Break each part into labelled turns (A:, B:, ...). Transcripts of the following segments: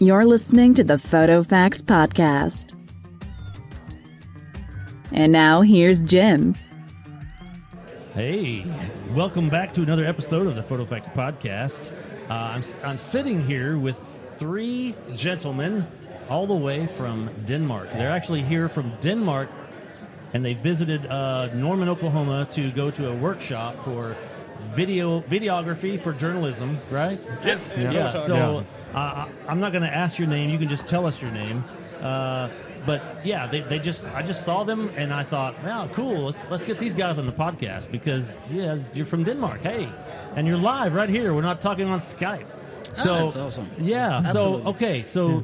A: You're listening to the Photo Facts Podcast. And now here's Jim.
B: Hey, welcome back to another episode of the Photo Facts Podcast. Uh, I'm, I'm sitting here with three gentlemen all the way from Denmark. They're actually here from Denmark and they visited uh, Norman, Oklahoma to go to a workshop for video videography for journalism, right?
C: Yes.
B: Yeah.
C: Yeah.
B: So uh, I- I'm not going to ask your name. You can just tell us your name. Uh, but yeah, they, they just I just saw them and I thought, wow, cool. Let's let's get these guys on the podcast because yeah, you're from Denmark, hey, and you're live right here. We're not talking on Skype.
C: Ah,
B: So
C: that's awesome.
B: Yeah.
C: Absolutely.
B: So okay. So y-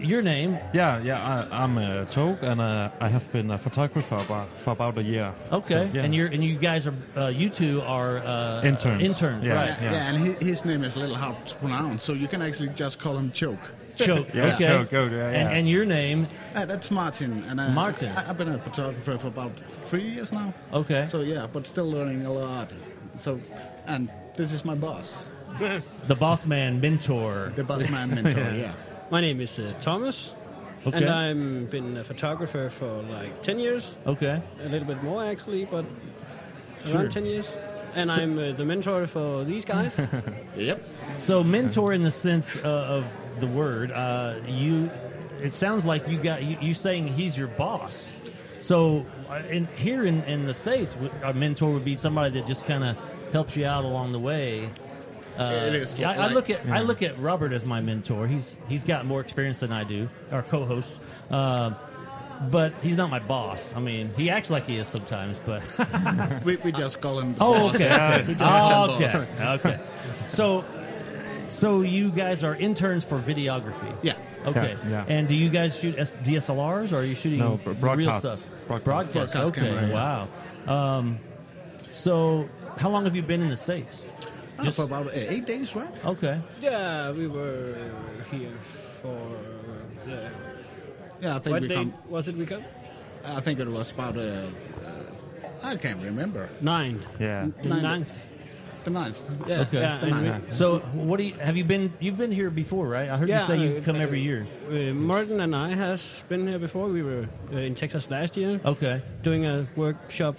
B: your name?
D: Yeah, yeah, I, I'm uh, Tog, and uh, I have been a photographer about, for about a year.
B: Okay.
D: So, yeah.
B: And you're and you guys are uh, you two are uh,
D: Interns.
B: Interns,
D: Yeah.
B: right?
C: Yeah, yeah, and hi- his name is a little hard to pronounce, so you can actually just call him Choke.
B: Choke.
D: Yeah,
B: okay.
D: Choke, oh, yeah,
B: And,
D: yeah.
B: and your name?
C: Uh, that's Martin, and uh,
B: Martin.
C: I, have been a photographer for about three years now.
B: Okay.
C: So yeah, but still learning a lot. So, and this is my boss,
B: The boss man mentor.
C: the boss man mentor. yeah.
E: My name is uh, Thomas,
B: Okay.
E: and I've been a photographer for like 10 years,
B: Okay.
E: a little bit more actually, but around 10 years. And I'm uh, the mentor for these guys.
C: Yep.
B: So mentor in the sense uh, of the word, uh, you. It sounds like you got you, you saying he's your boss. So uh, in, here in, in the states, w- a mentor would be somebody that just kind of helps you out along the way. Uh,
C: It is
B: I, I
C: like-
B: look at I look at Robert as my mentor. He's he's got more experience than I do, our co-host. Uh, but he's not my boss. I mean, he acts like he is sometimes, but
C: We, we just call him. The
B: Oh,
C: boss.
B: okay.
C: We just call
B: Oh,
C: him
B: okay.
C: boss.
B: Okay. So, so you guys are interns for videography.
C: Yeah.
B: Okay.
D: Yeah, yeah.
B: And do you guys shoot S- DSLRs or are you shooting
D: No, b-
B: real
D: broadcasts.
B: stuff?
D: Broadcasts.
B: Broadcast.
C: Broadcast
B: okay.
C: camera, yeah.
B: Wow. Um, so, how long have you been in the states?
C: Oh, for about uh, eight days, right?
B: Okay.
E: yeah, we were here for the.
C: Yeah, I think
E: What
C: we
E: day
C: come.
E: was it we come?
C: I think it was about. Uh, uh, I can't remember.
E: Nine.
D: Yeah.
E: The
C: Nine.
E: ninth.
C: The ninth. Yeah.
B: Okay.
E: Yeah, and we-
B: So, what do you have you been? You've been here before, right? I heard you say you
E: uh,
B: come
E: uh,
B: every year.
E: Uh, Martin and I has been here before. We were uh, in Texas last year
B: Okay.
E: doing a workshop,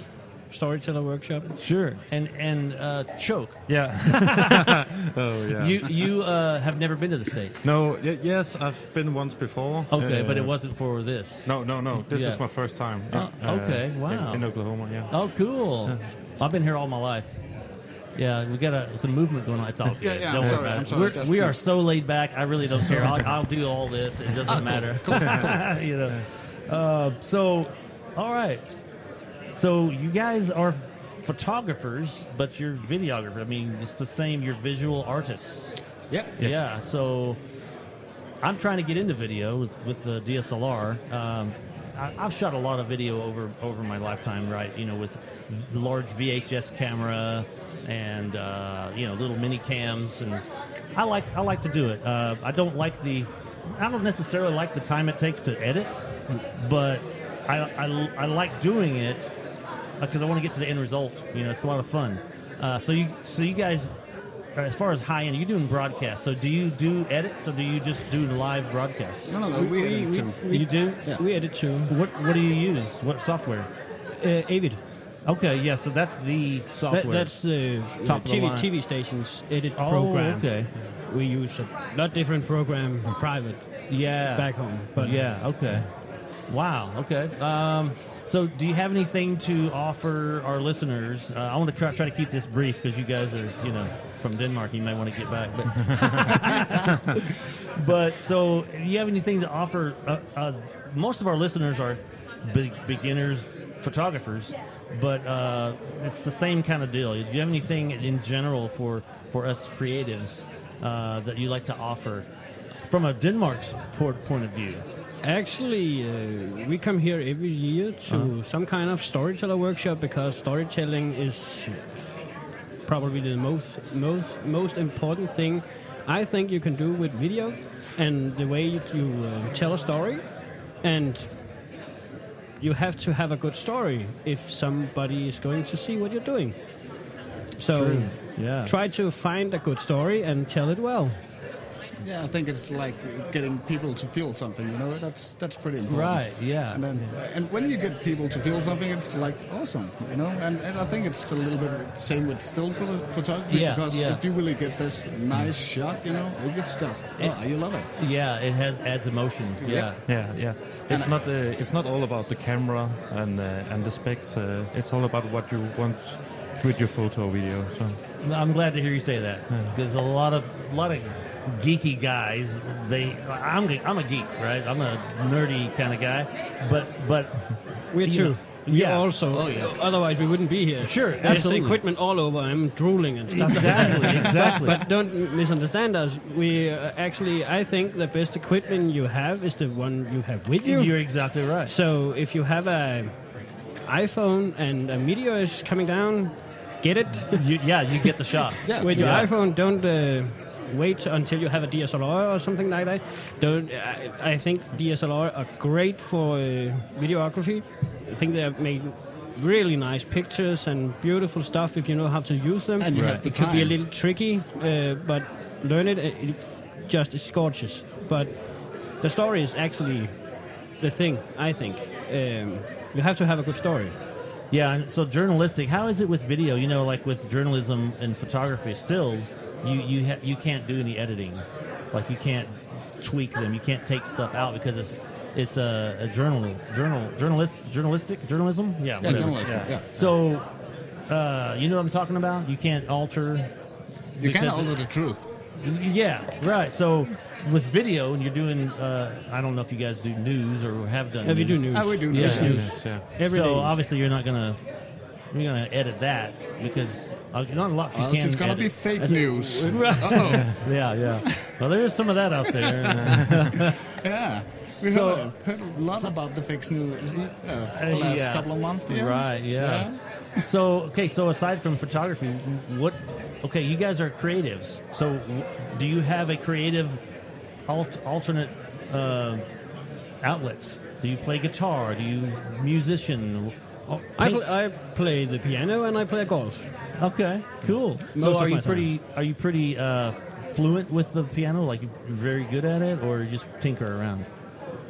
E: storyteller workshop.
B: Sure. And and uh, choke.
D: Yeah. oh, yeah.
B: You you uh, have never been to the states.
D: no, y- yes, I've been once before.
B: Okay,
D: uh,
B: but it wasn't for this.
D: No, no, no. This
B: Yeah.
D: is my first time. in- uh,
B: Oh, okay,
D: in-
B: wow.
D: In, Oklahoma, yeah.
B: Oh, cool. I've been here all my life. Yeah, we got a, some movement going on. It's all good.
C: Yeah, yeah,
B: don't worry
C: I'm sorry,
B: about
C: I'm
B: it.
C: sorry,
B: We're-
C: just-
B: we are so laid back. I really don't care. I'll, I'll do all this. It
C: Ah,
B: doesn't matter. you know. Uh, so, all right. So you guys are photographers, but you're videographer. I mean, it's the same. You're visual artists.
C: Yep.
B: Yeah. So I'm trying to get into video with, with the DSLR. Um, I, I've shot a lot of video over over my lifetime, right? You know, with large VHS camera and uh, you know little mini cams, and I like I like to do it. Uh, I don't like the I don't necessarily like the time it takes to edit, but I, I, I like doing it because uh, I want to get to the end result. You know, it's a lot of fun. Uh, so you so you guys, uh, as far as high end, you're doing broadcast. So do you do edits or do you just do live broadcast?
C: No, no, no. We, we, too.
B: You do.
C: Yeah.
E: We edit two.
B: What what do you use? What software?
E: Uh, Avid.
B: Okay, yeah. So that's the software.
E: That, that's the
B: Top
E: top
B: of the
E: TV,
B: line.
E: TV stations edit
B: Oh,
E: program.
B: okay.
E: We use a lot different program private
B: yeah.
E: back home, but
B: yeah. Okay. Wow. Okay. Um, so, do you have anything to offer our listeners? Uh, I want to try, try to keep this brief because you guys are, you know, from Denmark. You may want to get back, but But so, do you have anything to offer? Uh, uh, most of our listeners are be- beginners photographers, but uh, it's the same kind of deal. Do you have anything in general for for us creatives uh, that you like to offer from a Denmark's port point of view?
E: actually uh, we come here every year to some kind of storyteller workshop because storytelling is probably the most most most important thing I think you can do with video and the way you, you uh, tell a story and you have to have a good story if somebody is going to see what you're doing. So
B: Yeah.
E: try to find a good story and tell it well.
C: Yeah, I think it's like getting people to feel something. You know, that's that's pretty important.
B: Right, yeah.
C: And then, and when you get people to feel something, it's like awesome. You know, and, and I think it's a little bit the same with still photo- photography
B: Yeah,
C: because
B: yeah.
C: if you really get this nice shot, you know, it's just oh, you love it.
B: Yeah, it has adds emotion. Yeah.
D: Yeah, yeah. It's not uh, it's not all about the camera and uh, and the specs. Uh, it's all about what you want with your photo or video. So
B: I'm glad to hear you say that because a lot of a lot of geeky guys they I'm I'm a geek right I'm a nerdy kind of guy but but
E: We're
B: you
E: too.
B: know,
E: We
B: yeah.
E: are also.
C: Oh, yeah.
E: Otherwise, we wouldn't be here.
B: Sure,
E: That's
B: absolutely.
E: equipment all over. I'm drooling and stuff.
B: exactly exactly
E: But don't misunderstand us. We uh, actually, I think the best equipment you have is the one you have with you.
B: you're exactly right
E: So if you have a iPhone and a meteor is coming down, get it
B: you, yeah you get the shot
C: Yeah,
E: with your
B: Yeah.
E: iPhone. Don't uh, wait until you have a DSLR or something like that. Don't. I, I think DSLR are great for uh, videography. I think they have made really nice pictures and beautiful stuff if you know how to use them.
C: And you have the
E: it can be a
C: time.
E: little tricky, uh, but learn it. It it just is gorgeous. But the story is actually the thing. I think um, you have to have a good story.
B: Yeah, and so journalistic. How is it with video? You know, like with journalism and photography, stills, you you ha- you can't do any editing. Like you can't tweak them. You can't take stuff out because it's it's a, a journal journal journalist journalistic journalism. Yeah,
C: yeah,
B: whatever.
C: journalism. Yeah.
B: So, uh, you know what I'm talking about? You can't alter.
C: you can
B: because-
C: alter the truth.
B: Yeah, right. So. With video, and you're doing, uh, I don't know if you guys do news or have done.
E: If you do news,
C: I would Ah, Uh, do
B: Yeah.
C: news.
B: Yeah.
D: yes, yeah.
E: Every
B: so
E: day.
B: obviously you're not gonna you're gonna edit that because uh, not a lot. You
C: Else
B: can
C: it's gonna
B: edit.
C: be fake
B: That's-
C: news.
B: Right.
C: oh,
B: yeah, yeah. Well, there's some of that out there.
C: yeah. We
B: So-
C: heard, a, heard a lot about the fake news uh, the last
B: Yeah.
C: couple of months. Yeah.
B: Right. Yeah. So okay. So aside from photography, what? Okay, you guys are creatives. So w- do you have a creative alt- alternate uh, outlet? Do you play guitar? Do you musician? Oh,
E: I,
B: paint?
E: pl- I play the piano and I play golf.
B: Okay, cool.
E: Most
B: so
E: of
B: are
E: my
B: you
E: time.
B: pretty are you pretty uh, fluent with the piano? Like you're very good at it or you just tinker around?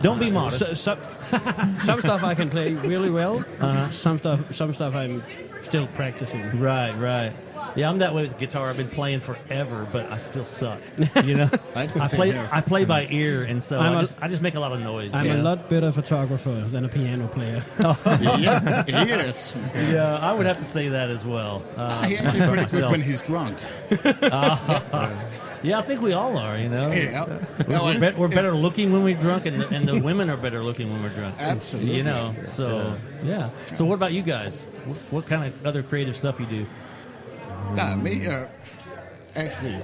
B: Don't
C: Uh,
B: be modest.
E: So, so, some stuff I can play really well.
B: Uh-huh.
E: Some stuff, some stuff I'm still practicing.
B: right, right. Yeah, I'm that way with guitar. I've been playing forever, but I still suck. You know,
C: That's the
B: I
C: same
B: play
C: here.
B: I play by ear, and so
E: I'm
B: I
E: a-
B: just I just make a lot of noise.
E: I'm
B: you
E: a
B: know?
E: lot better photographer than a piano player.
C: yeah. He is.
B: Yeah, I would have to say that as well. Uh,
C: He actually pretty good
B: myself.
C: when he's drunk.
B: yeah, I think we all are. You know,
C: Yeah. Yeah,
B: we're,
C: well,
B: bet we're better looking when we're drunk, and the, and the women are better looking when we're drunk.
C: Absolutely.
B: You know, so yeah. So what about you guys? What, what kind of other creative stuff you do?
C: nah, me, uh, actually,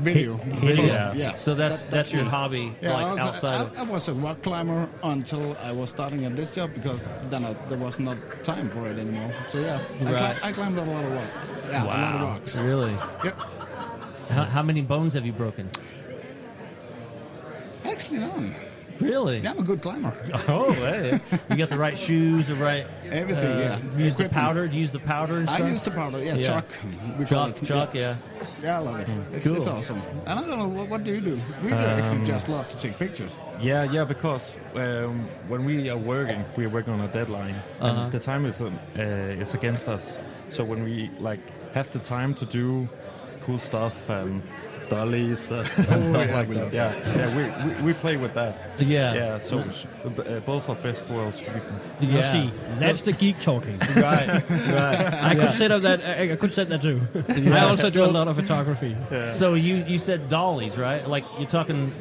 C: video.
B: Video.
C: Yeah.
B: So that's
C: That-
B: that's your
C: me.
B: hobby,
C: Yeah,
B: like
C: I, was,
B: outside.
C: I, I was a rock climber until I was starting at this job because then I, there was not time for it anymore. So yeah, I,
B: Right.
C: cli- I climbed a lot of rock. Yeah, a lot of
B: wow.
C: rocks.
B: Really?
C: Yep.
B: How, how many bones have you broken?
C: Actually, no.
B: Really?
C: Yeah, I'm a good climber.
B: Oh, hey. you got the right shoes, the right
C: Everything, yeah.
B: you Use the
C: Equipment.
B: powder. do you Use the powder and stuff.
C: I used the powder. Yeah,
B: Yeah.
C: chalk. We call
B: Chuck,
C: it.
B: Chuck, yeah.
C: Yeah, I love it. It's, it's
B: Cool. Um,
C: awesome. And I don't know, what, what do you do? We actually just love to take pictures.
D: Yeah, yeah, because um, when we are working, we are working on a deadline,
B: Uh-huh.
D: and the time is um, uh, is against us. So when we like have the time to do cool stuff and dollies uh, and stuff
C: yeah,
D: like
C: we
D: that,
C: love
D: yeah, yeah, we, we, we play with that.
B: Uh-huh. Yeah.
D: yeah. So uh, both are best worlds. We can-
E: You
B: Yeah.
E: see, that's the geek talking.
B: right, right.
E: I could set up that. I, I could set that too. I also do a lot of photography.
B: So you, you said dollies, right? Like you're talking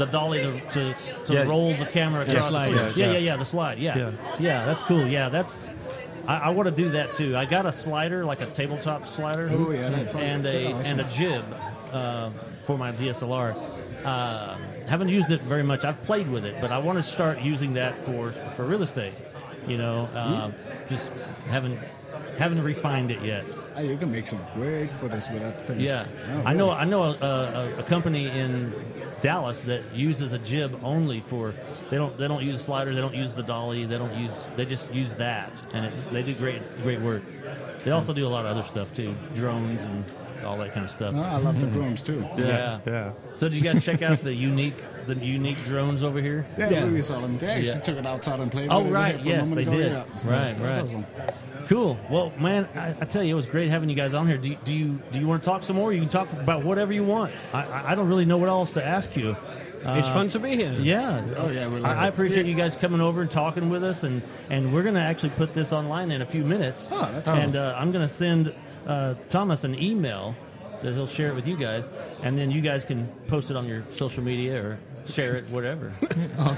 B: the dolly to to, to
D: Yeah.
B: roll the camera across. the
D: slide,
B: footage.
D: yeah,
B: yeah, yeah, yeah,
D: yeah.
B: the slide. Yeah, yeah,
D: Yeah.
B: that's cool. Yeah, that's. I, I want to do that too. I got a slider, like a tabletop slider,
C: Oh, yeah, that's fun.
B: and a
C: That's
B: and
C: awesome.
B: a jib uh, for my DSLR. Uh, haven't used it very much. I've played with it, but I want to start using that for for real estate. You know, uh,
C: Hmm?
B: just haven't haven't refined it yet.
C: Ah, you can make some great footage with that thing.
B: Yeah,
C: Oh,
B: I know.
C: really?
B: I know a, a, a company in Dallas that uses a jib only for. They don't. They don't use sliders. They don't use the dolly. They don't use. They just use that, and it, they do great, great work. They also do a lot of other stuff too, drones and all that kind of stuff.
C: No, I love
B: Hmm.
C: the drones too.
B: Yeah.
D: yeah.
B: So do you guys check out the unique the unique drones over here?
C: Yeah,
E: Yeah.
C: we saw them. They actually
B: Yeah.
C: took it outside and played
B: Oh,
C: with it
B: right,
C: here for
B: yes,
C: a moment
B: they
C: ago.
B: did.
C: Yeah.
B: Right,
C: That's
B: right.
C: awesome.
B: Cool. Well, man, I, I tell you, it was great having you guys on here. Do you do you, do you want to talk some more? You can talk about whatever you want. I- I, I don't really know what else to ask you. Uh,
E: it's fun to be here.
B: Yeah.
C: Oh, yeah, we like
B: I, I
C: it.
B: appreciate you guys coming over and talking with us, and and we're gonna actually put this online in a few minutes.
C: Oh, that's awesome.
B: and uh, I'm gonna send uh, Thomas an email that he'll share it with you guys, and then you guys can post it on your social media or share it whatever.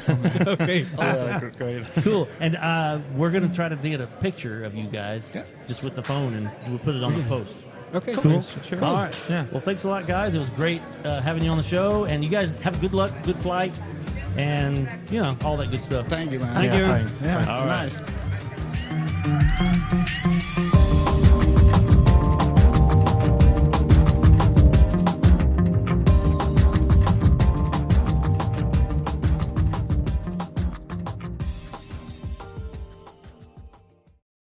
E: Okay.
D: Yeah, gr- great.
B: cool. And uh, we're gonna try to get a picture of you guys
C: Yeah.
B: just with the phone, and we'll put it on the post.
E: Okay.
D: Mm. Cool. Sure.
B: All right.
D: Yeah.
B: Well, thanks a lot, guys. It was great uh, having you on the show, and you guys have good luck, good flight, and you know all that good stuff.
C: Thank you, man.
B: Thank
D: Yeah,
B: you.
D: thanks.
C: Yeah, it's
D: All right.
C: nice.